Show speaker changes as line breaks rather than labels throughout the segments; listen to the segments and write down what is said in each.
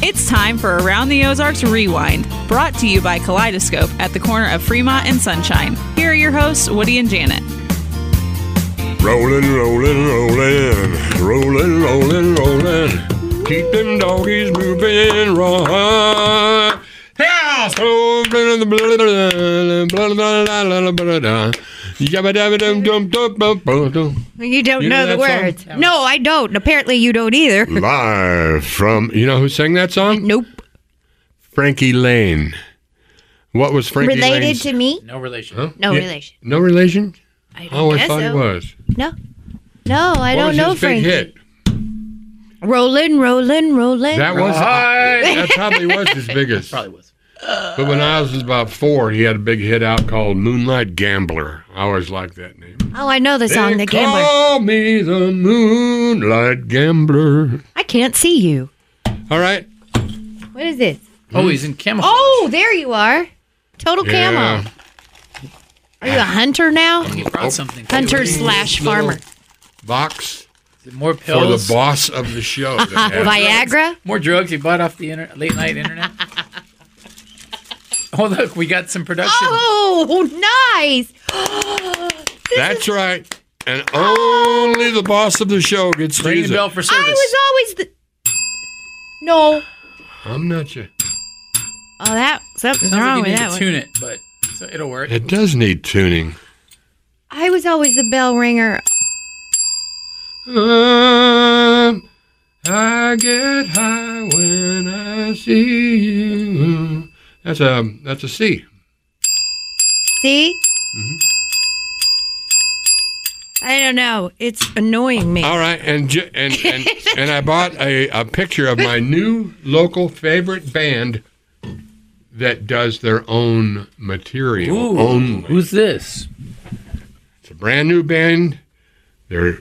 It's time for Around the Ozarks Rewind, brought to you by Kaleidoscope at the corner of Fremont and Sunshine. Here are your hosts, Woody and Janet.
Rolling, rolling, rolling, rolling, rolling, rolling. Keep them doggies moving, right. Yeah, so blah, blah, blah, blah, blah, blah, blah, blah, blah. Yabba dabba dum dum dum dum dum dum.
You don't
You know
know, the
that song?
words. No, I don't. Apparently, you don't either.
Live from you know who sang that song?
Nope.
Frankie Lane. What was Frankie
Related
Lane's-
to me?
No relation.
No
Yeah.
relation.
No relation?
I
Oh, I
guess
thought
so.
it was.
No. No, I
what
don't
was
know
his big
Frankie.
hit?
Rolling, rolling, rolling.
That was that probably was his biggest.
Probably was.
But when I was about four, he had a big hit out called "Moonlight Gambler." I always liked that name.
oh, I know the song,
They
The Gambler.
Call me the Moonlight Gambler.
I can't see you.
All right.
What is this?
Oh, he's in camouflage.
Oh, there you are. Total
Yeah.
camo. Are you a hunter now?
he brought something. too.
Hunter slash farmer.
Box
More
for the
pills.
boss of the show. that had-
Viagra?
More drugs he bought off the inter- late night internet. oh look, we got some production.
Oh, nice.
That's right. And only the boss of the show gets to
Ring
use
the bell
it.
for
I
service.
was always the. No.
I'm not sure.
Oh, that something's
Sounds like
wrong
you
with
need
that
to
one.
tune it, but so it'll work.
It does need tuning.
I was always the bell ringer.
Um, I get high when I see you. That's a that's a C.
See? I don't know. It's annoying me.
All right, and ju- and and, and I bought a, a picture of my new local favorite band that does their own material only.
who's this?
It's a brand new band. They're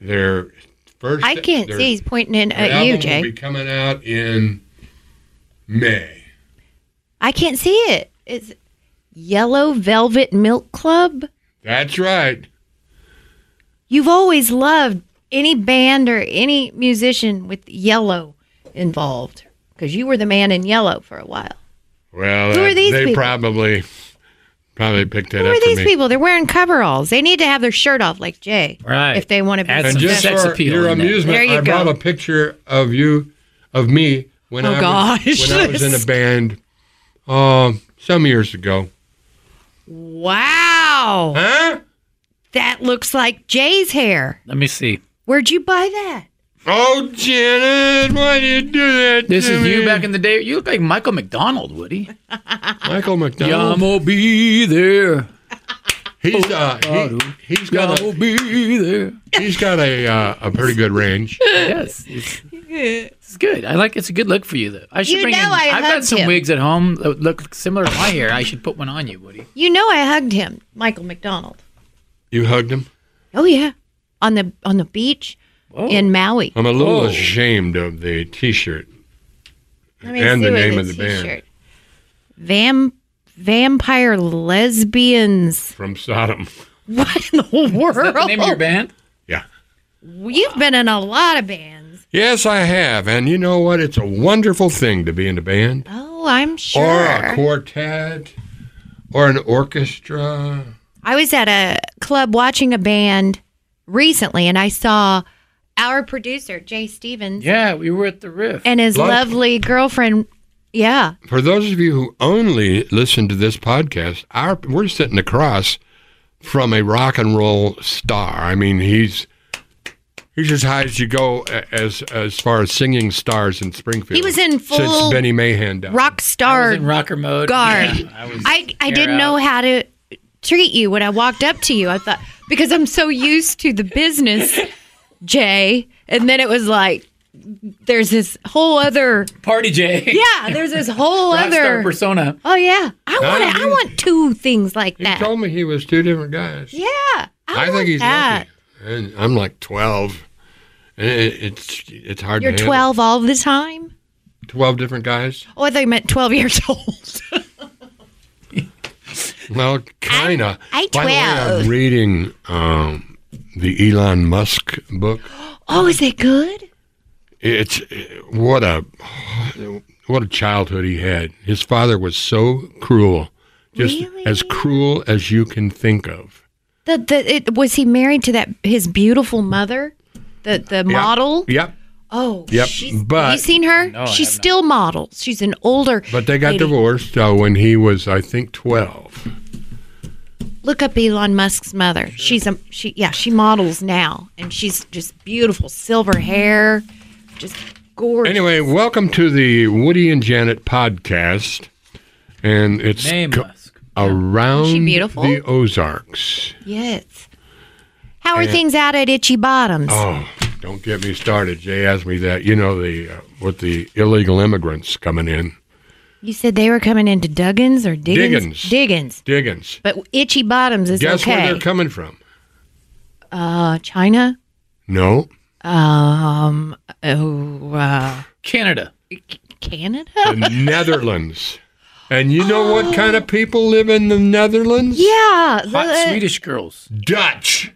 they're first.
I can't
their-
see. He's pointing in
their
at you,
album Will be
Jay.
coming out in May.
I can't see it. It's Yellow Velvet Milk Club.
That's right.
You've always loved any band or any musician with yellow involved because you were the man in yellow for a while.
Well,
Who are
that-
these
they
people?
probably probably picked that
Who
up
are
for
these
me.
people? They're wearing coveralls. They need to have their shirt off, like Jay,
Right.
if they want to be
Add
And
Some
just
successful.
sex
for
appeal
your
in that.
amusement,
There you
I brought
go.
a picture of you, of me when I
Oh,
was,
gosh.
when I was in a band, um, some years ago.
Wow,
Huh?
that looks like Jay's hair.
Let me see.
Where'd you buy that?
Oh, Janet, why did you do that?
This
to
is you
me?
back in the day. You look like Michael McDonald, Woody.
Michael
Yeah,
McDonald.
I'ma be there.
he's uh, he, he's got
I'll
a,
be there.
he's got a uh, a pretty good range.
Yes. It's, it's good. I like it's a good look for you though. I should
You
bring
know
in
I
have got
hugged
some
him.
wigs at home that look similar to my hair. I should put one on you, Woody.
You know, I hugged him, Michael McDonald.
You hugged him.
Oh yeah, on the on the beach in Maui.
I'm a little
Oh.
ashamed of the T-shirt.
Let me
And
see
the
what
name of the band.
t-shirt. Vam Vampire Lesbians.
From Sodom.
What in the world?
Is that the name of your band?
Yeah.
You've been in a lot of bands.
Yes, I have. And you know what? It's a wonderful thing to be in a band.
Oh, I'm
or
sure.
a quartet or an orchestra.
I was at a club watching a band recently, and I saw our producer Jay Stevens
Yeah, we were at the Riff.
and his
Love-
lovely girlfriend. Yeah,
For those of you who only listen to this podcast, our we're sitting across from a rock and roll star. I mean, he's he's as high as you go a- as as far as singing stars in Springfield.
He was in full
since Benny Mahan died.
rock
I
star
was in rocker mode.
guard.
Yeah, I was
I, I
hair
didn't
out.
know how to treat you when I walked up to you. I thought because I'm so used to the business, Jay, and then it was like there's this whole other
Party J.
yeah, there's this whole
Rockstar
other
persona.
oh yeah. I want
Ah,
it- I
you-
want two things like
He
that.
told me he was two different guys.
yeah, I,
I,
want
think he's
that.
lucky. And I'm like twelve, and it, it's it's hard.
You're
to handle.
12 all the time.
Twelve different guys.
Oh, I thought you meant 12 years old.
Well, kinda.
I- I
By the way, I'm
12.
reading um, the Elon Musk book.
oh, is it good?
it's what a what a childhood he had. His father was so cruel, just as cruel as you can think of.
The, the, it, was he married to that his beautiful mother, the the model?
Yep.
Oh,
Yep,
she's-
but-
have you seen her? she still models. She's an older.
But they got
lady.
divorced uh, when he was, I think, twelve.
Look up Elon Musk's mother. She's a she. Yeah, she models now, and she's just beautiful, silver hair, just gorgeous.
Anyway, welcome to the Woody and Janet podcast, and it's
Name
co-
Musk.
around
Is she beautiful?
the Ozarks.
yes. How are things out at Itchy Bottoms?
Oh, don't get me started. Jay asked me that. You know the uh, with the illegal immigrants coming in,
you said they were coming into Duggins or
Diggins.
Diggins. Diggins.
Diggins.
But Itchy Bottoms is
Guess
okay.
where they're coming from?
uh, China.
No,
Um. Oh. Uh,
Canada.
Canada.
the Netherlands. And you know what kind of people live in the Netherlands?
Oh. Yeah.
Hot
the- uh,
Swedish girls.
Dutch.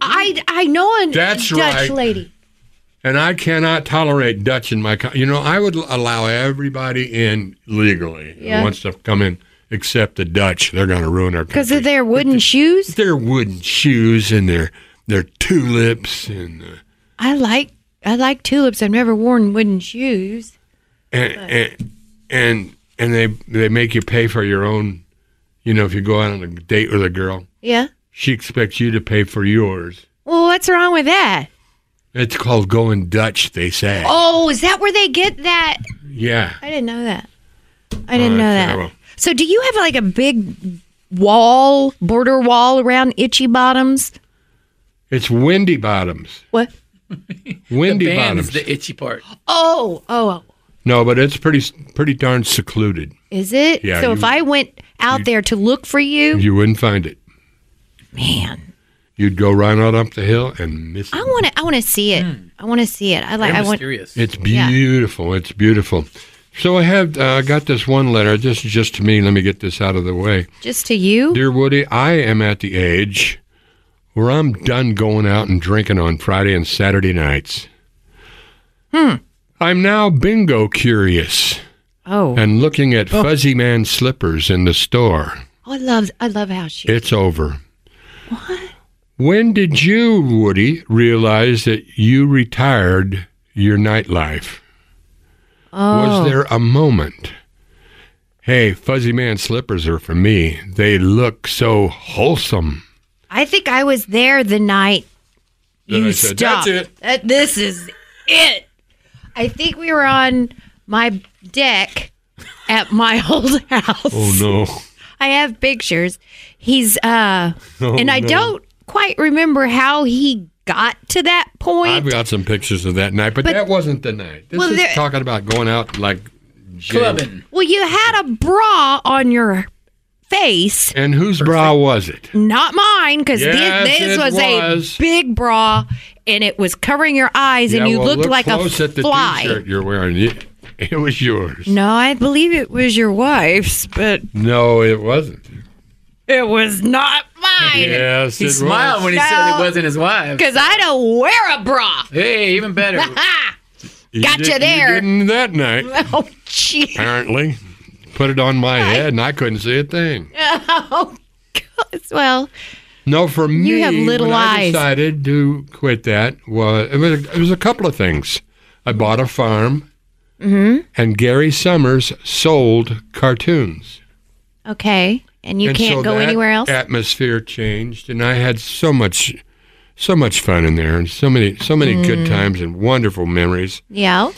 I I know a
That's
Dutch
right.
lady.
And I cannot tolerate Dutch in my country. You know, I would allow everybody in legally
Yeah.
who wants to come in, except the Dutch. They're going to ruin our
Because
country.
of their wooden shoes.
their wooden shoes and their their tulips and. Uh,
I like I like tulips. I've never worn wooden shoes.
and and and and they they make you pay for your own. You know, if you go out on a date with a girl,
Yeah.
she expects you to pay for yours.
Well, what's wrong with that?
It's called going Dutch, they say.
Oh, is that where they get that?
Yeah,
I didn't know that. I didn't
Uh,
know
yeah,
that.
well.
So, do you have like a big wall, border wall around Itchy Bottoms?
it's Windy Bottoms.
What?
Windy
the band's
Bottoms.
the itchy part.
Oh, oh, oh.
no, but it's pretty pretty darn secluded.
is it?
Yeah,
so,
you-
if I went out there to look for you,
You wouldn't find it.
man,
You'd go right on up the hill and miss
I
it.
want to. I want to see it. I want to see it. I like.
They're
I want.
mysterious.
It's
Yeah.
beautiful. It's beautiful. So I have uh, got this one letter. This is just to me. Let me get this out of the way.
Just to you.
Dear Woody, I am at the age where I'm done going out and drinking on Friday and Saturday nights. Hmm. I'm now bingo curious
Oh,
and looking at fuzzy man slippers in the store.
oh, I love. I love how she.
It's over. What? When did you, Woody, realize that you retired your nightlife?
oh,
Was there a moment? Hey, fuzzy man slippers are for me. They look so wholesome.
I think I was there the night
Then
you
I said,
stopped.
"That's it."
That- this is it. I think we were on my deck at my old house.
Oh no.
I have pictures. He's uh,
Oh,
and I
no.
don't quite remember how he got to that point.
I've got some pictures of that night, but,
But-
that wasn't the night. This
Well,
is
there-
talking about going out like Jay.
Clubbing.
well, you had a bra on your face.
And whose bra was it?
not mine because
Yes,
this,
it
was,
was.
a big bra and it was covering your eyes and
Yeah,
you
well,
looked
look
like
close
a
at the
fly
T-shirt you're wearing. It, it was yours.
no i believe it was your wife's but
No, it wasn't.
it was not mine
Yes,
He
it
smiled
was.
when he said
No.
it wasn't his wife.
because i don't wear a bra
Hey, even better.
ha
You
got you
did-
there.
didn't that night,
oh gee
apparently. Put it on my head, and I couldn't see a thing.
oh God. well
No, for me,
have little
when I
eyes.
decided to quit that. Was it was it was a couple of things. I bought a farm,
Mm-hmm.
and Gary Summers sold cartoons.
okay and you
And
can't
so
go
that
anywhere else
Atmosphere changed, and I had so much, so much fun in there, and so many, so many good
Mm.
times and wonderful memories.
yeah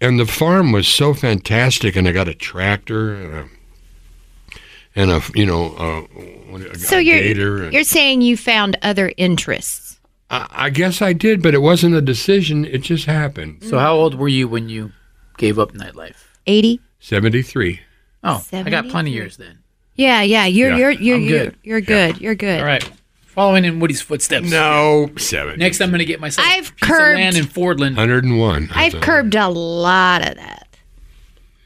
And the farm was so fantastic, and I got a tractor and a, and a you know, a, what- a
so you're
gator. and-
you're saying you found other interests
I, I guess I did, but it wasn't a decision. It just happened.
So how old were you when you gave up nightlife?
80
Seventy-three.
Oh, I got
73.
plenty of years then.
yeah yeah you're
Yeah,
you're you're
I'm
you're,
good.
you're good you're good
All right. Following in Woody's footsteps.
No, seven.
Next, I'm going to get myself
I've
a piece of
curbed-
land in Fordland.
Hundred and one.
I've curbed a lot of that.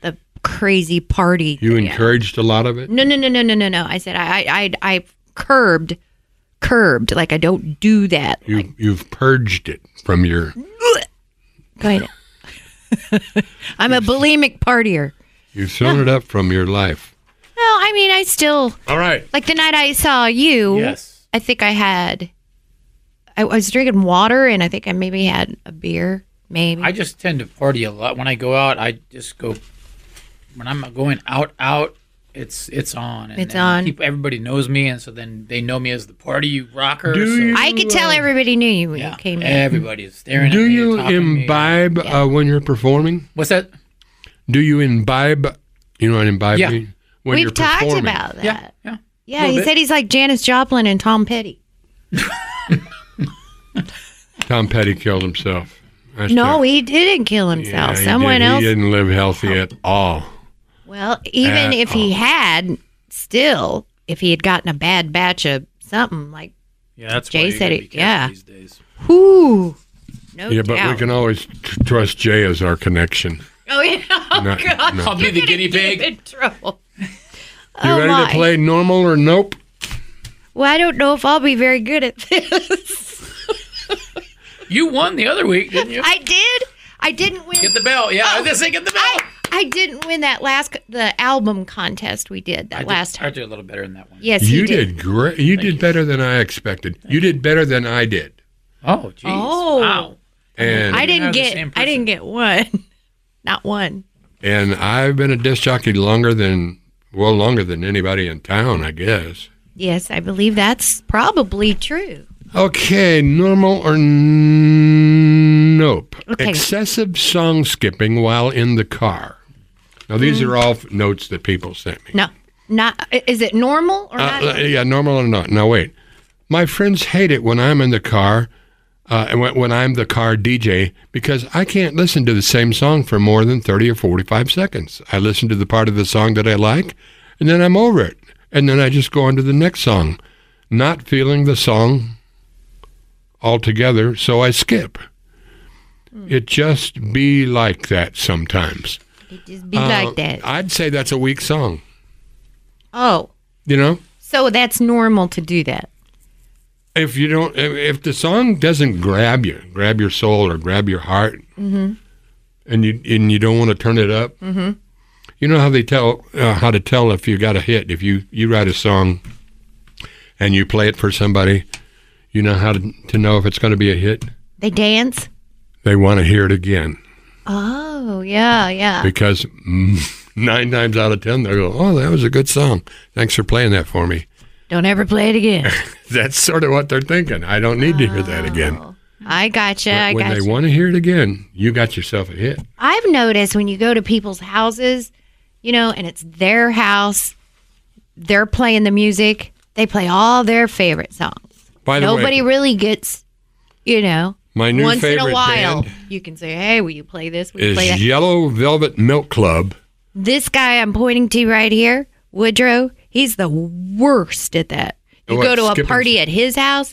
The crazy party.
You
thing.
encouraged a lot of it.
No, no, no, no, no, no, no. I said I, I, I, I curbed, curbed. Like I don't do that.
You you've purged it from your.
Quite. I'm a bulimic partier.
You sewn it up from your life.
Well, I mean, I still
All right.
like the night I saw you.
Yes.
I think I had. I was drinking water, and I think I maybe had a beer. Maybe.
I just tend to party a lot when I go out. I just go when I'm going out out. It's it's on. And
It's
then
on.
People, everybody knows me, and so then they know me as the party rocker.
Do
so,
you-
I could
uh,
tell everybody knew you when
Yeah,
you came in.
everybody is staring. at
Do
me,
you
talking to me.
imbibe uh, when you're performing?
What's that?
Do you imbibe? You know what imbibe
Yeah.
means? When you're
We've talked
performing.
about that.
Yeah, yeah.
Yeah, he
bit.
said he's like Janis Joplin and Tom Petty.
Tom Petty killed himself. That's
No,
the-
he didn't kill
Yeah,
himself.
he
Someone
did.
else. Oh.
He didn't Uh, live healthy at all.
Well, even
At
if he had, still, if he had gotten a bad batch of something, like,
Yeah, that's
why Jay you said gotta be it, careful yeah. these
days.
whoo, no
Yeah, but we
doubt.
can always t- trust Jay as our connection.
oh, yeah. Oh,
No,
God.
no.
I'll be
You're
the
gonna
guinea
get him
pig.
in trouble.
You
oh,
ready
my.
to play normal or nope?
Well, I don't know if I'll be very good at this.
You won the other week, didn't you?
I Oh. did. I didn't win.
Get the bell. Yeah, I was just saying, get the bell.
I, I didn't win that last, the album contest we did that
I did-
last time.
I did a little better than that one.
Yes,
you
he did.
did great. You did better than I expected. You did better than I did.
Oh, geez.
Oh.
Wow.
And
I
You're
didn't
the
get.
same
I
person.
didn't get one. Not one.
and I've been a disc jockey longer than well, longer than anybody in town, I guess.
Yes, I believe that's probably true.
Okay, normal or n- nope?
Okay.
Excessive song skipping while in the car. Now these are all f- notes that people sent me.
No, not. Is it normal or
Uh,
not?
uh, yeah, normal or not? Now wait, my friends hate it when I'm in the car, uh, and when, when I'm the car DJ because I can't listen to the same song for more than thirty or forty-five seconds. I listen to the part of the song that I like, and then I'm over it, and then I just go on to the next song, not feeling the song altogether, so I skip.
Hmm.
It just be like that sometimes.
it just be
Uh,
like that.
I'd say that's a weak song.
oh,
You know.
so that's normal to do that.
if you don't if- if the song doesn't grab you grab your soul or grab your heart and you and you don't want to turn it up mm-hmm. you know how they tell uh, how to tell if you got a hit if you you write a song and you play it for somebody you know how to, to know if it's going to be a hit
They dance.
they want to hear it again
Oh yeah, yeah.
because mm, nine times out of ten they'll go oh that was a good song thanks for playing that for me
Don't ever play it again.
that's sort of what they're thinking i don't need to hear that again
I gotcha. I
But when
gotcha.
they want to hear it again, you got yourself a hit.
I've noticed when you go to people's houses, you know, and it's their house, they're playing the music. They play all their favorite songs.
By the
Nobody
way,
really gets, you know,
my new
once in
favorite
a while,
band
you can say, "Hey, will you play this? Will you
is
play that?"
Yellow Velvet Milk Club.
This guy I'm pointing to right here, Woodrow, he's the worst at that. You
What,
go to a
skipping-
party at his house,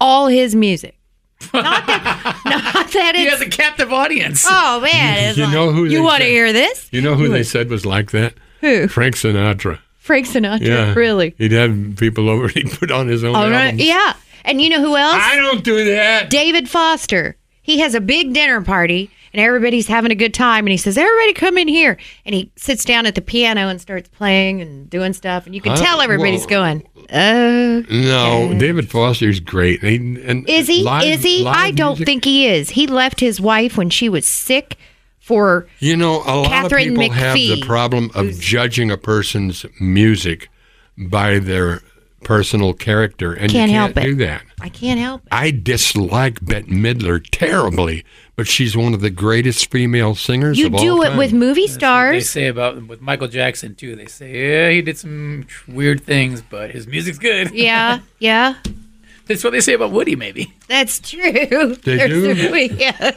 all his music. Not that, not that
He
it's.
has a captive audience.
oh man, it's
You
like,
know who
you
they
want to
say-
hear this?
You know who they said was like that?
Who?
Frank Sinatra.
Frank Sinatra,
Yeah,
really?
He'd have people over. He'd put on his own
All right,
albums.
yeah. And you know who else?
I don't do that.
David Foster. He has a big dinner party and everybody's having a good time and he says, Everybody come in here and he sits down at the piano and starts playing and doing stuff and you can
Huh?
tell everybody's
Well-
going, Oh
No, David Foster's great. He- and
Is he?
live-
is he?
live
I don't
music-
think he is. He left his wife when she was sick for
You know, a lot
Catherine
of people have the
McPhee,
problem of judging a person's music by their personal character, and
Can't
you
help
can't
it.
do that.
I can't help it.
I dislike Bette Midler terribly, but she's one of the greatest female singers
You
of all
do it
time.
with movie
They
stars.
say about with Michael Jackson too. They say, yeah, he did some weird things, but his music's good.
Yeah, yeah.
That's what they say about Woody, maybe.
That's true.
They
They're
do?
so- yes.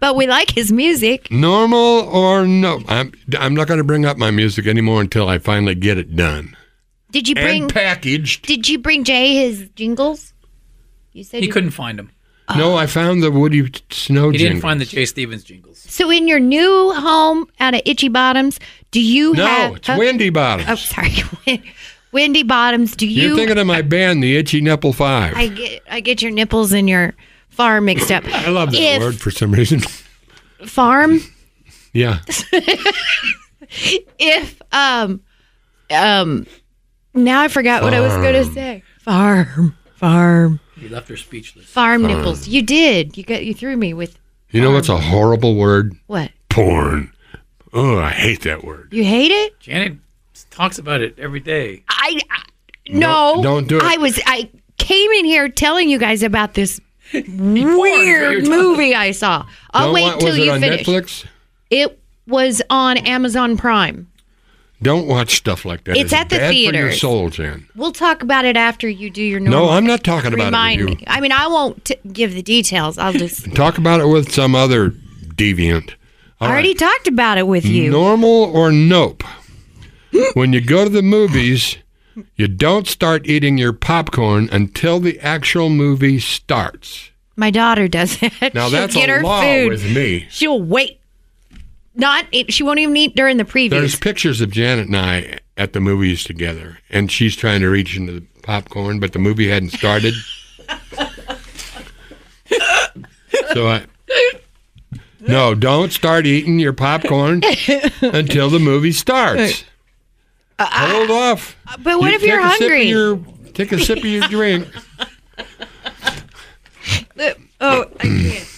but we like his music.
Normal or no? I'm I'm not going to bring up my music anymore until I finally get it done
Did you bring
and packaged.
Did you bring Jay his jingles? You said
He
you-
couldn't find them.
Uh.
No, I found the Woody Snow.
He didn't
jingle.
find the Jay Stevens jingles.
So in your new home out of Itchy Bottoms, do you have
No, it's
oh,
Wendy Bottoms.
Oh, sorry. Win- Windy Bottoms, do
You're
you
thinking of my band, the Itchy Nipple Five.
I get I get your nipples in your farm mixed up.
I love that
If-
word for some reason.
Farm.
yeah.
If um um now I forgot what I was going to say. Farm. Farm.
You left her speechless.
Farm nipples. You did. You got you threw me with
You know what's a horrible word?
what?
Porn. Oh, I hate that word.
You hate it?
Janet talks about it every day.
I, I no.
don't do it.
I was I came in here telling you guys about this
you're
weird
talking-
movie I saw. I'll
Now,
wait
what-
till
was
you
it on
finish.
Netflix?
It was on Amazon Prime.
Don't watch stuff like that.
It's at the
bad For your
theaters.
soul, Jan.
We'll talk about it after you do your normal.
No, I'm not talking about
Remind
it with
me. I mean, I won't t- give the details. I'll just.
you. Talk about it with some other deviant. All
I already talked about it with you.
Normal or nope. when you go to the movies, you don't start eating your popcorn until the actual movie starts.
My daughter does that.
Now
She'll
that's
get
a
her
law
food.
with me.
She'll wait. Not. It, she won't even eat during the previews.
There's pictures of Janet and I at the movies together, and she's trying to reach into the popcorn, but the movie hadn't started. so I. No, don't start eating your popcorn until the movie starts. Hold off.
but Uh, what
You
if you're
take a sip of
hungry?
your- take a sip of your drink.
Uh, oh, I can't.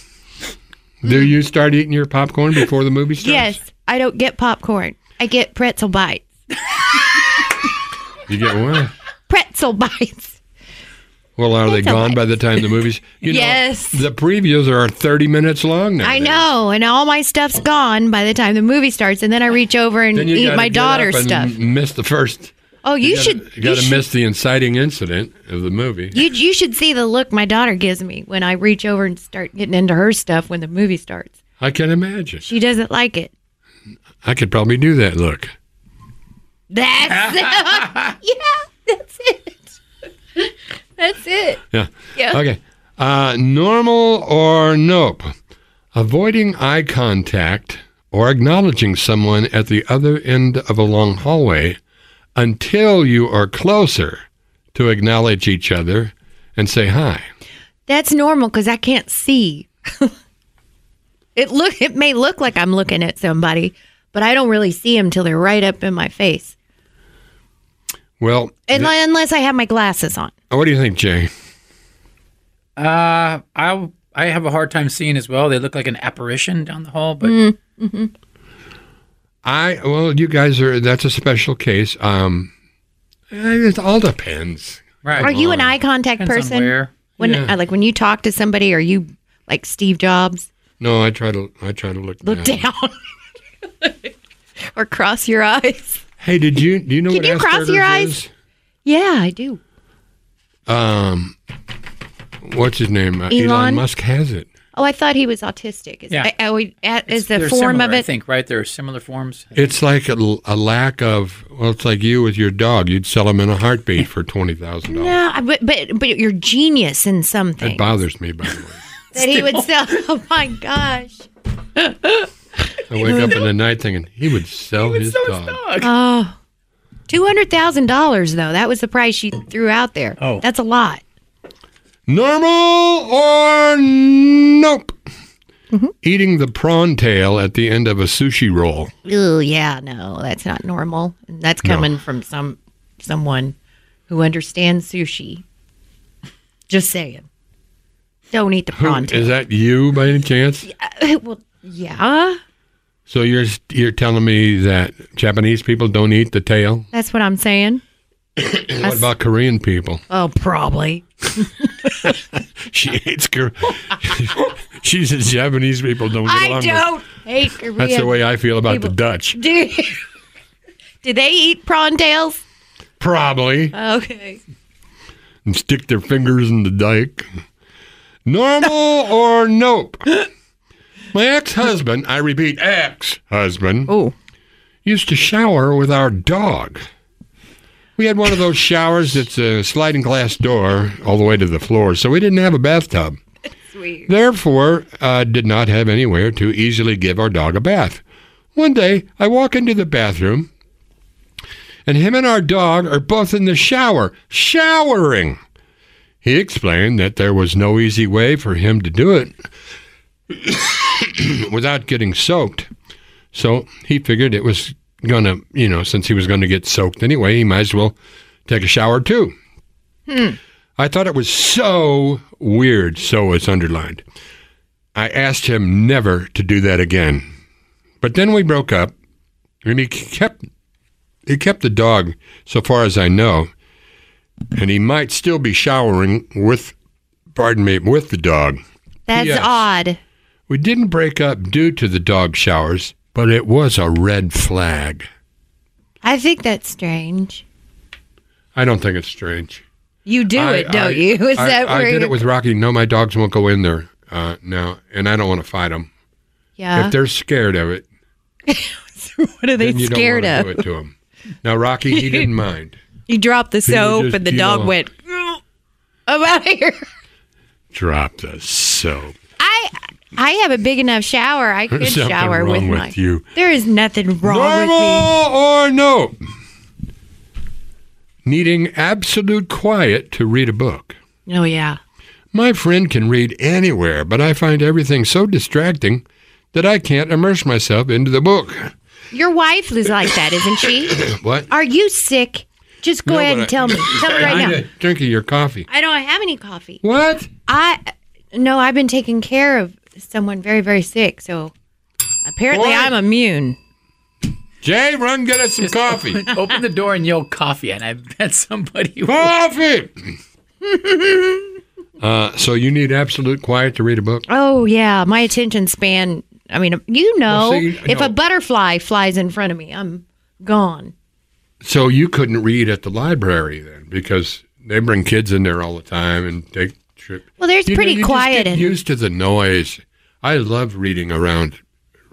Do you start eating your popcorn before the movie starts?
yes. I don't get popcorn. I get pretzel bites.
You get one.
Pretzel bites.
Well, are they
It's all
gone
right.
by the time the movies? You know,
Yes.
the previews are 30 minutes long now.
I know, and all my stuff's gone by the time the movie starts, and then I reach over and eat my daughter's stuff.
Miss the first.
Oh, you,
gotta-
should.
You
you
got to
should-
miss the inciting incident of the movie.
You you should see the look my daughter gives me when I reach over and start getting into her stuff when the movie starts.
I can imagine.
She doesn't like it.
I could probably do that. Look.
That's yeah, that's it. That's it.
Yeah.
Yeah.
Okay. Uh, normal or nope? Avoiding eye contact or acknowledging someone at the other end of a long hallway until you are closer to acknowledge each other and say hi.
That's normal because I can't see. it look it may look like I'm looking at somebody, but I don't really see them till they're right up in my face,
Well,
unless, unless I have my glasses on.
what do you think, Jay?
Uh, I I have a hard time seeing as well. They look like an apparition down the hall, but
Mm.
I well, you guys are that's a special case. Um, eh, it all depends.
right.
Are you an eye contact
Depends on
person?
where.
When
Yeah.
uh, like when you talk to somebody, are you like Steve Jobs?
No, I try to I try to look
Look
down.
down or cross your eyes.
Hey, did you do you know
Can
what
you cross your
Asperger's
eyes?
is?
Yeah, I do.
um, what's his name? Uh, Elon?
Elon?
Musk has it.
Oh, I thought he was autistic. Is,
Yeah.
I- I would- a- is the
They're
form
similar,
of
I
it?
think right. There are similar forms.
It's like a, l- a lack of. Well, it's like you with your dog. You'd sell him in a heartbeat for twenty thousand dollars.
No, I- but but but you're genius in
That
something
bothers me. By the way,
that he would sell. Oh my gosh!
I wake up in the night thinking he would sell his dog.
Oh, two hundred thousand dollars though. That was the price she threw out there.
Oh.
that's a lot.
Normal or nope?
Mm-hmm.
Eating the prawn tail at the end of a sushi roll.
Oh yeah, no, that's not normal. And that's coming from some someone who understands sushi. Just saying. Don't eat the
Who-
prawn.
Is that you by any chance?
well, yeah,
So you're you're telling me that Japanese people don't eat the tail?
that's what I'm saying.
What about Korean people?
Oh, probably.
She hates Korea. she says Japanese people don't get along.
I
with-
don't hate Korean.
That's the way I feel about the
people-
Dutch.
Do, do they eat prawn tails?
Probably.
Okay.
And stick their fingers in the dike. Normal or nope? My ex husband, I repeat, ex husband,
Oh.
used to shower with our dog. We had one of those showers that's a sliding glass door all the way to the floor, so we didn't have a bathtub.
Sweet.
therefore uh, did not have anywhere to easily give our dog a bath. One day, I walk into the bathroom, and him and our dog are both in the shower, showering. He explained that there was no easy way for him to do it without getting soaked. So he figured it was going to, you know, since he was going to get soaked anyway, he might as well take a shower too. I thought it was so weird, so it's underlined. I asked him never to do that again. But then we broke up, and he kept he kept the dog, so far as I know, and he might still be showering with, pardon me, with the dog.
That's
Yes.
odd.
We didn't break up due to the dog showers, but it was a red flag.
I think that's strange.
I don't think it's strange.
You do
I-
it, don't
I-
you? Is
I,
that
I
where
did
you-
it with Rocky. No, my dogs won't go in there uh, now, and I don't want to fight them.
yeah?
If they're scared of it,
What are they
then you
scared
don't
of?
want to do it to them. Now, Rocky, he didn't mind.
You dropped the soap,
just-
and the
you
dog
don't-
went. "Mm, I'm out of here.
Drop the soap.
I I have a big enough shower. I could
There's something
shower
wrong
with
with
my.
you.
There is nothing wrong with me.
Normal or no? Needing absolute quiet to read a book.
Oh yeah.
My friend can read anywhere, but I find everything so distracting that I can't immerse myself into the book.
Your wife is like that, isn't she?
What?
Are you sick? Just go
No, but
ahead and
I-
tell me. Tell me right now.
Drinking your coffee.
I don't have any coffee.
What?
I no, I've been taking care of someone very very sick, so apparently
What?
I'm immune.
Jay, run get us some coffee.
Open the door and yell coffee, and I bet somebody will.
coffee! uh, so you need absolute quiet to read a book?
Oh yeah, my attention span. I mean, you know,
Well, see,
if
no.
a butterfly flies in front of me, I'm gone.
So you couldn't read at the library then because they bring kids in there all the time and take trip.
Well, there's
You know,
pretty
you just
quiet
get
and
used to the noise. I love reading around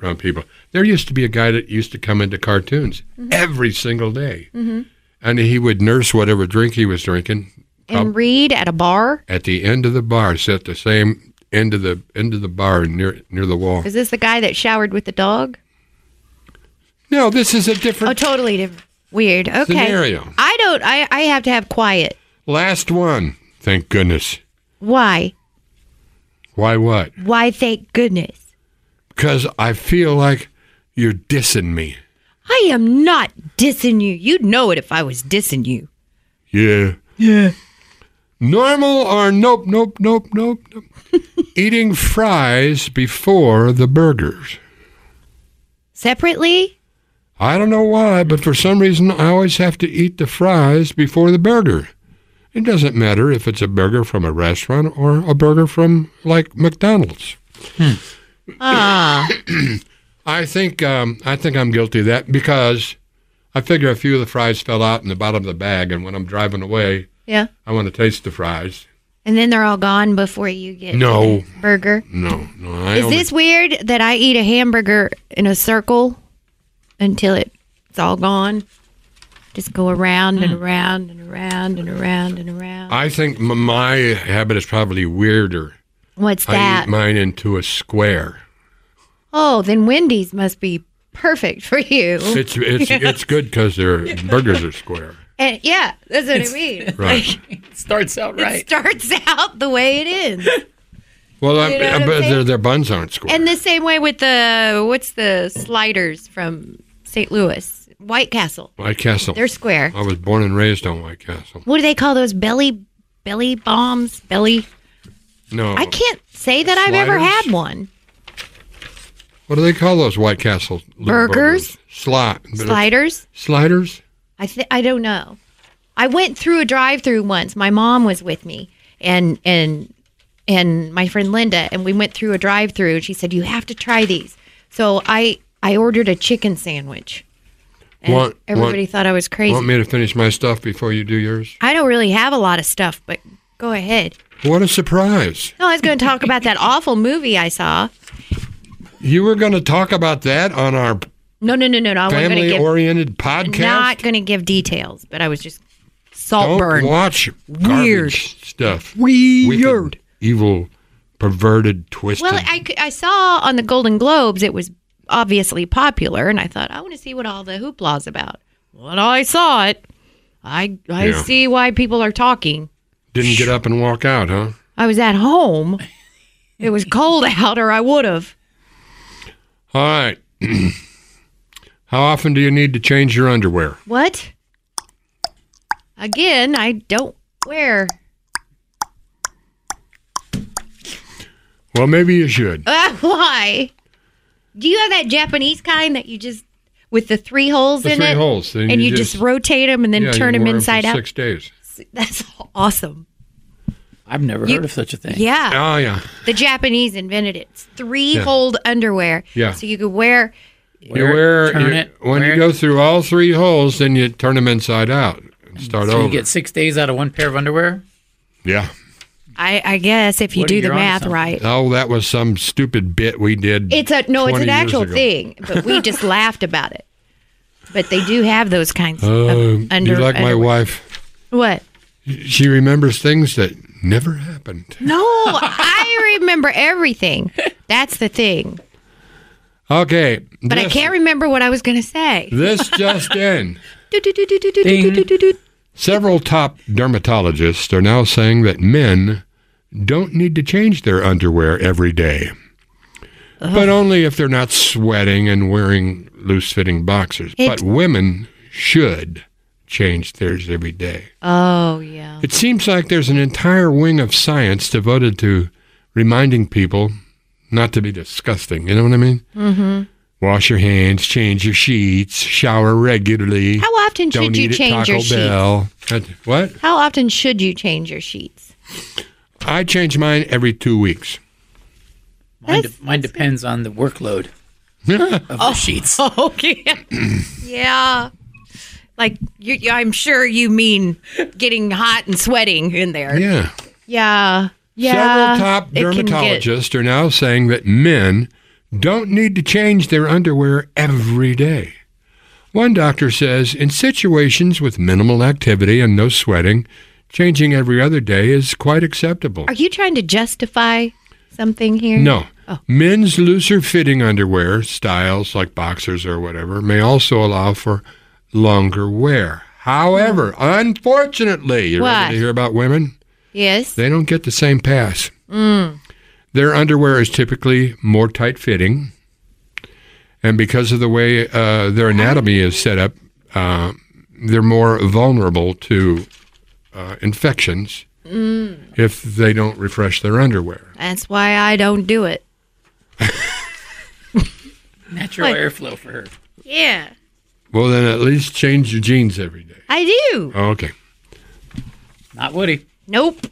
around people. There used to be a guy that used to come into cartoons every single day, and he would nurse whatever drink he was drinking.
and read at a bar.
At the end of the bar, sit at the same end of the end of the bar near near the wall.
Is this the guy that showered with the dog?
No, this is a
Oh,
different
totally different. Weird. Okay.
scenario.
I don't. I I have to have quiet.
Last one. Thank goodness.
Why?
Why what?
Why? Thank goodness.
Because I feel like you're dissing me.
I am not dissing you. You'd know it if I was dissing you.
Yeah. Yeah. Normal or nope, nope, nope, nope, nope. Eating fries before the burgers.
Separately?
I don't know why, but for some reason I always have to eat the fries before the burger. It doesn't matter if it's a burger from a restaurant or a burger from like McDonald's.
Ah,
I think um, I think I'm guilty of that because I figure a few of the fries fell out in the bottom of the bag, and when I'm driving away,
yeah.
I want to taste the fries.
And then they're all gone before you get
No.
the burger.
No, no. I
Is
only-
this weird that I eat a hamburger in a circle until it's all gone? Just go around and around and around and around and around.
Hmm. I think m- my habit is probably weirder.
What's
I
that?
eat mine into a square.
oh, then Wendy's must be perfect for you.
It's it's it's good because their burgers are square.
And yeah, that's what I mean.
Right.
It starts out
It
right.
starts out the way it is.
Well, I,
You know what I'm
but their,
saying?
their buns aren't square.
And the same way with the what's the sliders from St. Louis, White Castle.
White Castle.
They're square.
I was born and raised on White Castle.
What do they call those belly belly bombs? Belly.
No.
I can't say that I've
Oh.
ever
Sliders?
had one.
What do they call those White Castle little
Burgers?
burgers? Slot.
Sliders?
Sliders.
I th- I don't know. I went through a drive-through once. My mom was with me and and and my friend Linda and we went through a drive-through and she said you have to try these. So I I ordered a chicken sandwich. And
Want- want-
everybody thought I was crazy.
Want me to finish my stuff before you do yours?
I don't really have a lot of stuff, but go ahead.
What a surprise!
No, I was going to talk about that awful movie I saw.
You were going to talk about that on our
No, no, no, no, no. I wasn't going to give.
family-oriented podcast.
Not going to give details, but I was just
Don't
salt burn.
watch garbage
Weird.
stuff.
Weird.
Wicked, evil, perverted, twisted.
Well, I, c- I saw on the Golden Globes it was obviously popular, and I thought I want to see what all the hoopla's about. Well, I saw it. I I
Yeah.
see why people are talking.
Didn't get up and walk out, huh?
I was at home. It was cold out, or I would have.
All right. How often do you need to change your underwear?
What? Again, I don't wear.
Well, maybe you should.
Uh, why? Do you have that Japanese kind that you just with the three holes
The
in
three
it,
holes, then
and
you
you, just,
just-
rotate them and then
Yeah,
turn
you
them
wear 'em for
inside out?
Six days.
That's awesome.
I've never
You-
heard of such a thing.
Yeah.
Oh yeah.
The Japanese invented it. It's three holed underwear.
Yeah.
So you could wear.
you wear
turn
you-
it,
when
wear
you
it.
go through all three holes, then you turn them inside out and start
So
over.
you get six days out of one pair of underwear.
yeah.
I, I guess if you
What-
do the
you're onto
math
something.
right.
Oh, that was some stupid bit we did.
It's a no. It's
20
an
years
actual
ago.
thing, but we just laughed about it. But they do have those kinds
Uh,
of under.
you like my
underwear.
wife?
What?
She remembers things that never happened.
No, I remember everything. That's the thing.
Okay,
But I
this-
can't remember what I was going to say.
This just in.
Do, do, do, do, do, do, do, do, do, do.
Several top dermatologists are now saying that men don't need to change their underwear every day, but only if they're not sweating and wearing loose fitting boxers. but
It-
women should change theirs every day.
Oh, yeah.
It seems like there's an entire wing of science devoted to reminding people not to be disgusting. You know what I mean? Mm-hmm. Wash your hands, change your sheets, shower regularly.
How often
Don't
should you
eat at
change
Taco
your sheets?
Bell. That- What?
How often should you change your sheets?
I change mine every two weeks.
Mine, de-
That's-
mine depends on the workload of the sheets.
Okay. yeah. Like, you, you- I'm sure you mean getting hot and sweating in there.
Yeah.
Yeah.
Several
Yeah.
top
It can get-
dermatologists are now saying that men don't need to change their underwear every day. One doctor says in situations with minimal activity and no sweating, changing every other day is quite acceptable.
Are you trying to justify something here?
No.
Oh.
Men's looser fitting underwear styles like boxers or whatever may also allow for longer wear. However, unfortunately, you
What?
ready to hear about women?
Yes.
they don't get the same pass. Their underwear is typically more tight fitting, and because of the way uh, their anatomy is set up, uh, they're more vulnerable to uh, infections if they don't refresh their underwear.
That's why I don't do it.
Natural
What?
airflow for her.
Yeah.
Well, then at least change your jeans every day.
I do.
Okay,
Not Woody.
Nope.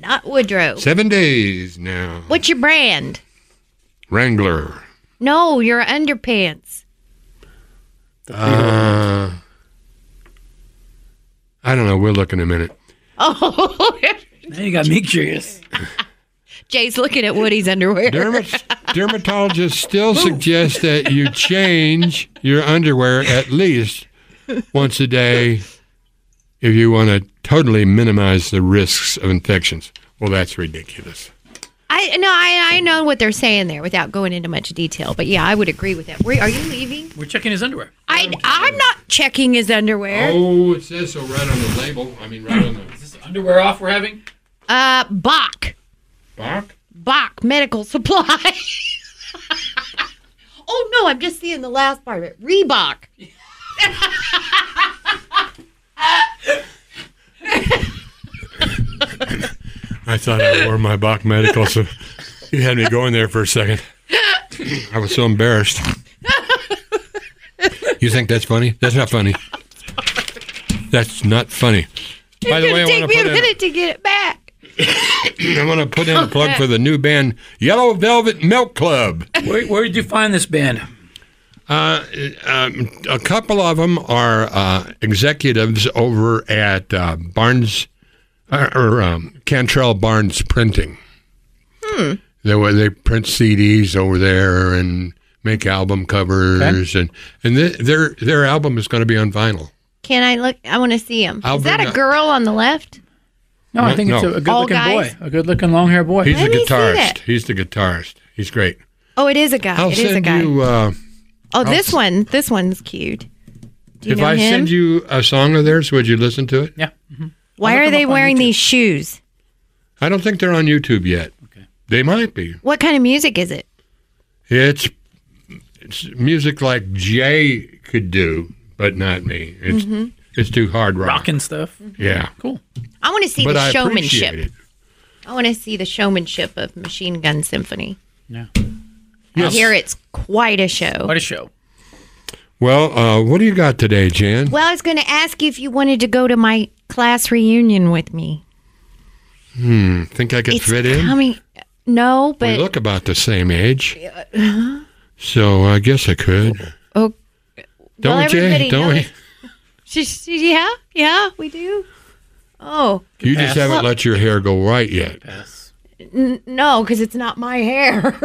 Not Woodrow.
seven days now.
What's your brand?
Wrangler.
No, your underpants.
Uh, I don't know. We'll look in a minute.
Oh,
Now you got me curious.
Jay's looking at Woody's underwear.
Dermat- dermatologists still suggest that you change your underwear at least once a day if you want to totally minimize the risks of infections. Well, that's ridiculous.
I no, I, I know what they're saying there without going into much detail, but yeah, I would agree with that. Were, are you leaving?
We're checking his underwear.
I I'm not checking his underwear.
Oh, it says so right on the label. I mean, right on the
Is this underwear off we're having?
Uh, Bach,
back.
Bach Medical Supply. oh no, I'm just seeing the last part of it. Reebok.
I thought I wore my Bach medical, so you had me going there for a second. I was so embarrassed. You think that's funny? That's not funny. That's not funny. By
It's
the way,
gonna
I
take
want to
me a
put in
minute Oh, to get it back.
I'm going to put in a plug for the new band Yellow Velvet Milk Club.
Where, where did you find this band?
Uh, um, a couple of them are uh, executives over at uh, Barnes or, or um, Cantrell Barnes Printing. Hmm. They were- they print CDs over there and make album covers and and th- their their album is going to be on vinyl.
Can I look? I want to see him.
I'll
Is that
bring
a
a-
girl on the left?
No, I think it's
No.
a, a good
All
looking
guys?
boy. A good looking long haired boy.
He's
Let
a
me see that.
guitarist. He's the guitarist. He's great.
Oh, it is a guy.
I'll
it
send
is a guy.
you. Uh,
oh, this
s-
one. This one's cute. Do you
if
know
I
him?
send you a song of theirs, would you listen to it?
yeah. Mm-hmm.
Why
I'll look
are
them
they
up on
wearing
YouTube.
these shoes?
I don't think they're on YouTube yet. They might be.
What kind of music is it?
It's, it's music like Jay could do, but not me. It's it's too hard rock.
Rock and stuff.
Yeah,
Cool.
I want to see
but
the
I
showmanship.
appreciate it.
I want to see the showmanship of Machine Gun Symphony.
Yeah.
I hear it's quite a show.
What a show.
Well, uh, what do you got today, Jan?
Well, I was going to ask you if you wanted to go to my class reunion with me.
Think I could
It's
fit in?
coming. No,
We
but
look about the same age, so I guess I could.
Uh, oh,
Don't
well,
we, Jay?
everybody
Don't
knows. she- she- yeah, yeah, we do. Oh
we? You just haven't let your hair go right yet.
Yes.
no, because it's not my hair.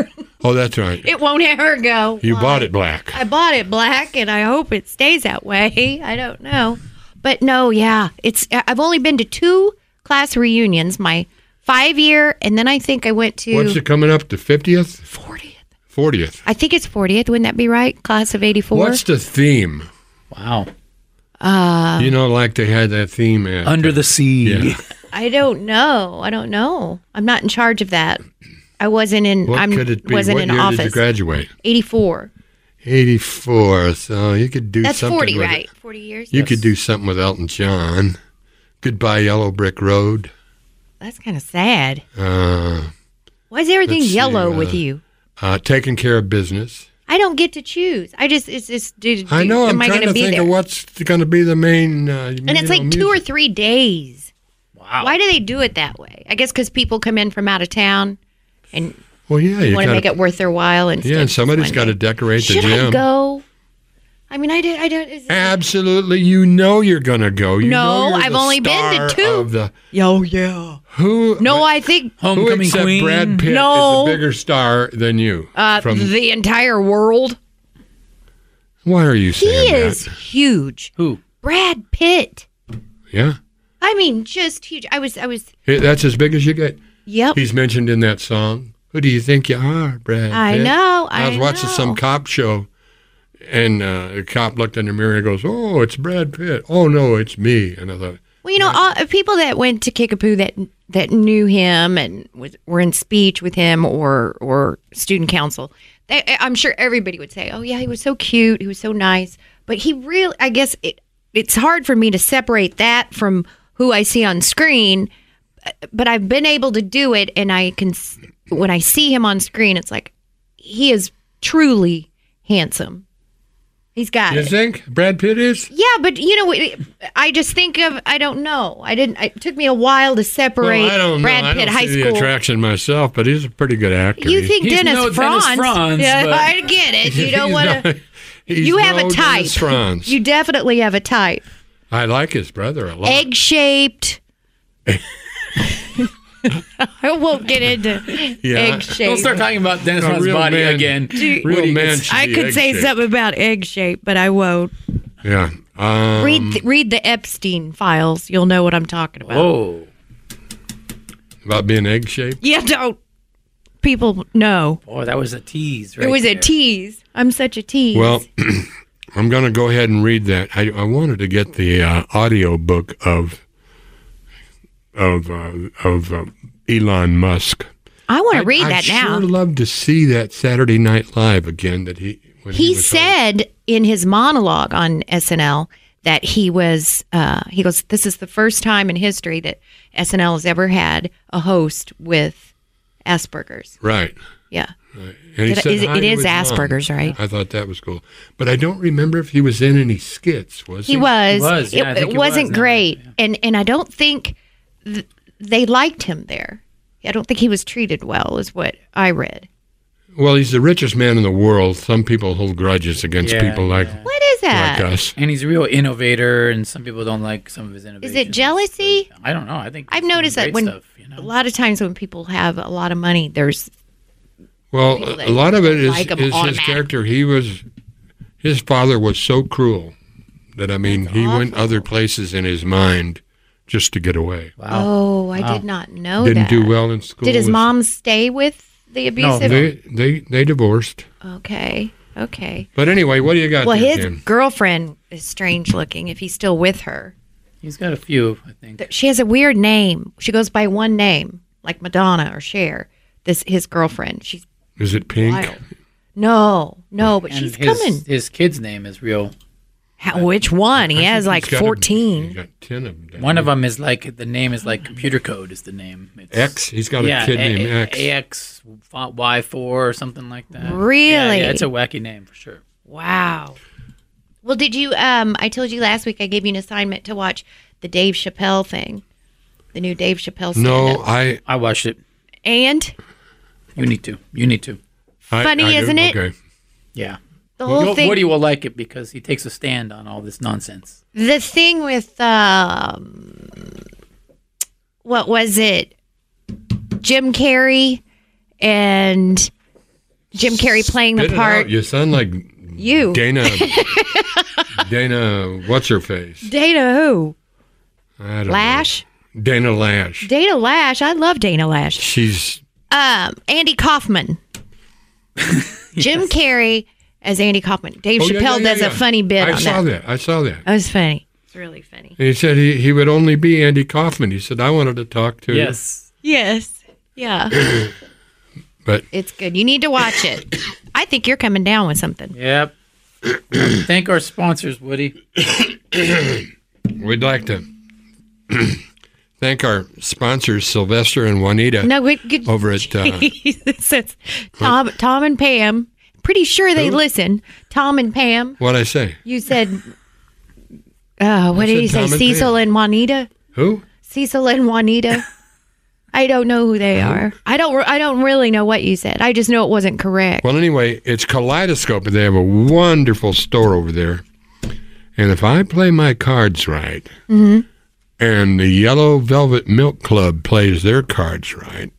Oh, that's right.
it won't ever go.
You
Why?
bought it black.
I bought it black, and I hope it stays that way. I don't know, but no, yeah, it's. I- I've only been to two class reunions. My five year, and then I think I went
What's
to
it coming up? The fiftieth,
fortieth.
fortieth.
I think it's fortieth. Wouldn't that be right? Class of eighty four.
What's the theme?
Wow.
Uh,
you know, like they had that theme at
Under the sea.
Yeah.
I don't know. I don't know. I'm not in charge of that. I wasn't in.
What
I'm
could it be?
wasn't
what
in
year
office.
did you graduate?
84.
84. So you could do
That's
something
40,
with it.
right? 40 years.
You could do something with Elton John. Goodbye Yellow Brick Road.
That's kind of sad.
Uh,
Why is everything
Let's see,
yellow
uh,
with you?
uh, taking care of business.
I don't get to choose. I just it's it's. Do,
I know.
Am
I'm
I
trying
gonna
to
be
think
there?
of what's going to be the main. Uh,
and it's like two or three days.
Wow.
Why do they do it that way? I guess because people come in from out of town and
Well, yeah, you
want to
gotta,
make it worth their while. And
Yeah, and somebody's got to decorate the
Should I
gym.
go? I mean, I did. I don't. Is,
Absolutely, you know you're going to go. You
No,
know you're
I've
the
only been to
star
two.
Of the,
Yo, yeah.
who?
no, I think
Who
Homecoming
except
queen.
Brad Pitt
No.
is a bigger star than you?
uh, the entire world.
why are you
He
saying that?
is huge.
Who?
Brad Pitt.
Yeah,
I mean, just huge. I was, I was,
He- that's as big as you get.
yep.
He's mentioned in that song. Who do you think you are, Brad?
I
Pitt?"
know.
I was watching
know.
some cop show, and uh, the cop looked in the mirror and goes, "Oh, it's Brad Pitt." Oh no, it's me. And I thought,
Well, you know, all, people that went to Kickapoo that that knew him and was, were in speech with him or or student council, they, eh, I'm sure everybody would say, "Oh yeah, he was so cute. He was so nice." But he really, I guess it it's hard for me to separate that from who I see on screen. But I've been able to do it, and I can s- when I see him on screen, it's like he is truly handsome. He's got
"You
it.
think Brad Pitt is?"
Yeah, but you know, it- I just think of I don't know. I didn't. It took me a while to separate
well, I don't
Brad
know. I
Pitt
don't
High
see
School.
the attraction myself, but he's a pretty good actor.
you
He-
think
He's
Dennis
no Dennis
Franz?
Franz,
yeah,
but-
I get it. You don't
he's
want to.
not- he's
You have
no
a type.
Dennis Franz.
You definitely have a type.
I like his brother a lot.
Egg shaped. I won't get into
Yeah.
egg
Don't start
shape.
talking about Dennis
A
Rodman's
real
body
man-
again.
Real
Woody,
man.
it's-
should
I
be
could say
egg-shaped.
something about egg shape, but I won't.
Yeah. Um, oh.
read the, read the Epstein files. You'll know what I'm talking about.
Whoa.
about being egg shaped.
Yeah, don't. People know.
Boy, that was a tease, right?
It was a
there.
tease. I'm such a tease.
Well, I'm going to go ahead and read that. I, I wanted to get the uh, audio book of of uh, of uh, Elon Musk.
I want to read
I'd
that now.
sure love to see that Saturday Night Live again. That he when he,
he
was
said in his monologue on SNL that he was, uh, he goes, this is the first time in history that SNL has ever had a host with Asperger's.
on- right.
Yeah.
And he
It-
said
is-
hi
it
to
is
his mom.
Asperger's, right?
I thought that was cool, but I don't remember if he was in any skits. Was he?
He was.
was, yeah, I
it,
think
it
he
wasn't
was now,
great. And, and I don't think th- they liked him there. I don't think he was treated well, is what I read.
Well, he's the richest man in the world. Some people hold grudges against
Yeah,
people like
What is that?
like us.
And he's a real innovator, and some people don't like some of his innovations.
Is it jealousy?
I don't know. I think
I've
he's doing
noticed that
great
when
stuff, you
a
know?
lot of times when people have a lot of money, there's
Well,
people that
a lot of it is,
like 'em
is his
automatic.
character. He was, his father was so cruel that I mean, he went other places in his mind just to get away.
wow.
oh, I did not know
Didn't
that.
do well in school.
Did his
was-
mom stay with the abusive?
They, they they divorced.
okay, okay.
But anyway, what do you got?
Well,
there,
his
Jen?
girlfriend is strange looking. If he's still with her,
He's got a few, I think.
She has a weird name. She goes by one name, like Madonna or Cher. This his girlfriend. She's
Is it pink?
wild. No, no, but she's
his,
coming.
His kid's name is real.
How, which one? He has like
He's got a-
fourteen.
he's got ten of them.
One of them is like the name is like computer code is the name. It's,
X. He's got a kid
eh,
named X.
AX Y four or something like that.
Really?
Yeah, yeah, it's a wacky name for sure.
Wow. Well, did you? Um, I told you last week I gave you an assignment to watch the Dave Chappelle thing, the new Dave Chappelle.
no,
stand-up.
I.
I watched it.
and
You need to. You need to.
I
Funny,
I do-
isn't it?
Okay.
Yeah.
the whole
Wo-
thing.
Woody will like it because he takes a stand on all this nonsense.
the thing with um, what was it? Jim Carrey and Jim Carrey playing
Spit
the
it
part.
out. You sound like
You
Dana. Dana, what's her face?
Dana who?
I don't
Lash.
know. Dana Lash.
Dana Lash. I love Dana Lash.
She's
um, Andy Kaufman. Jim Carrey as Andy Kaufman. Dave
Oh, yeah,
Chappelle
yeah, yeah,
does
yeah.
a funny bit
I
on
saw
that.
that. I saw that.
That was funny. It's really funny.
And he said he, he would only be Andy Kaufman. He said I wanted to talk to
Yes.
Yes. Yeah.
but
it's good. You need to watch it. I think you're coming down with something.
Yep. Thank our sponsors, Woody.
we'd like to thank our sponsors Sylvester and Juanita
No, good. good
over at uh,
It's Tom, Tom and Pam. Pretty sure they listen. Tom and Pam.
what I say.
You said, uh, what
I
did
said
you say?
Tom and
Cecil and Juanita?
Who?
Cecil and Juanita. I don't know who they are. I don't. re- I don't really know what you said. I just know it wasn't correct.
Well, anyway, it's Kaleidoscope. and They have a wonderful store over there. And if I play my cards right,
Mm-hmm.
and the Yellow Velvet Milk Club plays their cards right,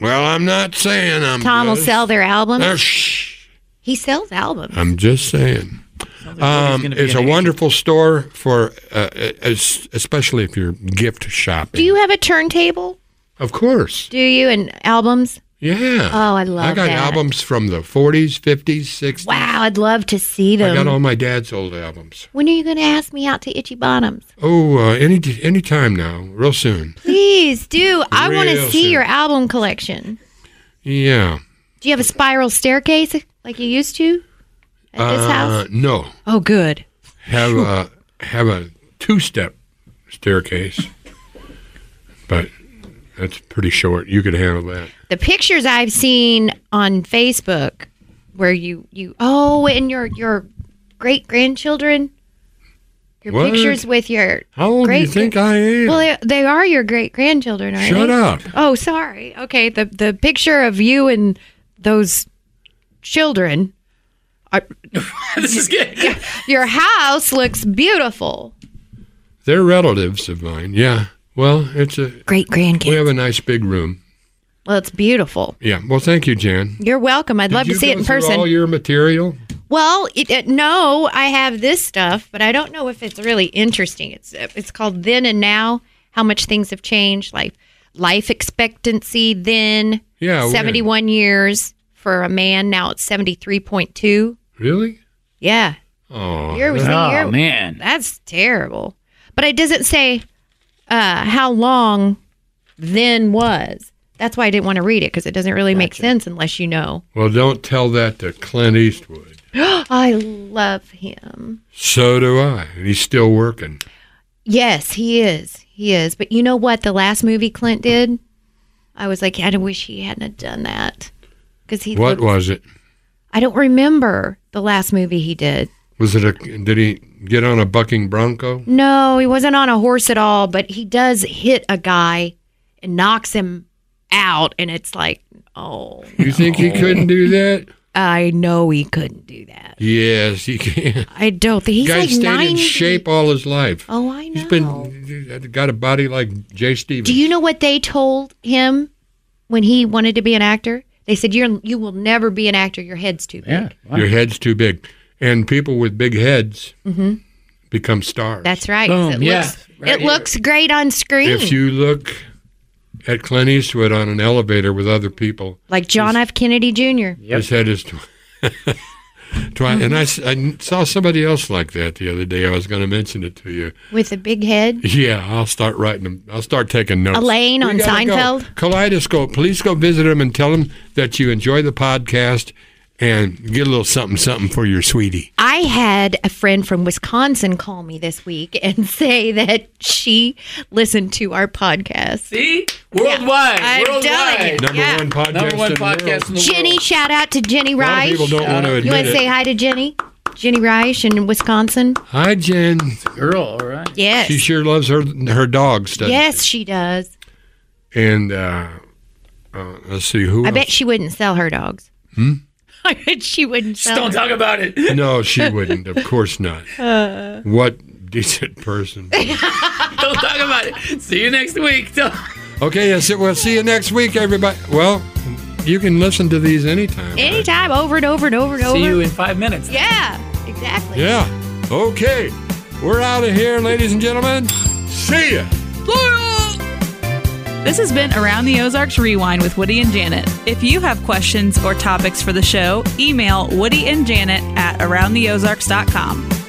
well, I'm not saying I'm
Tom will
just-
sell their album.
Uh, shh.
He sells albums.
I'm just saying.
Wody's
Um,
gonna be
it's
an
a
agent.
wonderful store for, uh, es- especially if you're gift shopping.
Do you have a turntable?
Of course,
Do you and albums?
yeah.
Oh, I love
I got
that.
albums from the 40s, 50s, 60s.
Wow, I'd love to see
I got
them.
all my dad's old albums.
When are you going to ask me out to Itchy Bottoms?
Oh, uh, any any time now, real soon.
Please do. I want
Real
to see
soon.
your album collection.
Yeah.
Do you have a spiral staircase like you used to at this
uh,
house?
No,
Oh, good.
have a have a two step staircase, but that's pretty short. You could handle that.
the pictures I've seen on Facebook where you you oh and your your great grandchildren your
What?
pictures with your
How old do you
Great.
think I am?
well they, they are your great grandchildren aren't
Shut
they?
up.
oh sorry okay the the picture of you and those children are,
this is good.
your house looks beautiful
They're relatives of mine. Yeah. Well, it's a
great
we
grandkids
have a nice big room.
well it's beautiful
Yeah. Well, thank you, Jan.
you're welcome I'd love
Did
to
you
see it
go
in
through
person
All your material.
Well, it, it, no, I have this stuff, but I don't know if it's really interesting. It's it's called Then and Now: How Much Things Have Changed, Life Life Expectancy Then,
Yeah. we-
seventy one years for a man. Now it's seventy three point two.
Really?
Yeah,
Oh.
Here was the year.
Oh man.
That's terrible. But it doesn't say uh, how long then was. That's why I didn't want to read it because it doesn't really make sense unless you know.
Well, don't tell that to Clint Eastwood.
I love him.
So do I, and he's still working.
Yes, he is. He is. But you know what? The last movie Clint did, I was like, I wish he hadn't have done that. Because he,
What
looked-
was it?
I don't remember the last movie he did.
Was it a? Did he get on a bucking bronco?
No, he wasn't on a horse at all. But he does hit a guy and knocks him out, and it's like, oh,
You think he couldn't do that?
I know he couldn't do that.
Yes, he can.
I don't think he's
Guy
like
stayed
ninety.
in shape all his life.
Oh, I know.
He's been got a body like Jay Stevens.
Do you know what they told him when he wanted to be an actor? They said, "You're you will never be an actor. Your head's too big."
Yeah. Wow.
Your head's too big, and people with big heads become stars.
Mm-hmm. That's right. 'cause
Boom,
It,
yeah,
looks,
right
it
here.
looks great on screen.
if you look at Clint Eastwood on an elevator with other people,
like John F. Kennedy Jr.
Yep.
his head is. tw- Twi- And I, s- I n- saw somebody else like that the other day. I was going to mention it to you.
with a big head.
Yeah, I'll start writing them. I'll start taking notes.
Elaine on
gotta go.
Seinfeld?
Kaleidoscope. Please go visit them and tell them that you enjoy the podcast and get a little something something for your sweetie.
I had a friend from Wisconsin call me this week and say that she listened to our podcast.
See? Worldwide.
I'm telling
worldwide.
you.
Number
Yeah.
one podcast.
Number one
in the world.
podcast in the
Jenny,
world.
shout out to Jenny
A lot of
Reich.
people don't want to
You want
admit
to
it.
say hi to Jenny? Jenny Reich in Wisconsin?
hi, Jen.
Girl, all right.
Yes.
She sure loves her her dogs. doesn't
yes, she does.
she? And uh, uh, let's see who.
I
else?
bet she wouldn't sell her dogs. Hmm? I bet she wouldn't
Just
sell
don't
her.
talk about it.
No, she wouldn't. Of course not. what decent person. would?
don't talk about it. See you next week. Don't-
Okay, yes, we'll see you next week, everybody. Well, you can listen to these anytime. right?
Anytime, over and over and over and over.
See you in five minutes.
yeah, exactly.
Yeah. Okay. We're out of here, ladies and gentlemen. See ya.
This has been Around the Ozarks Rewind with Woody and Janet. If you have questions or topics for the show, email Woody and Janet at aroundtheozarks.com.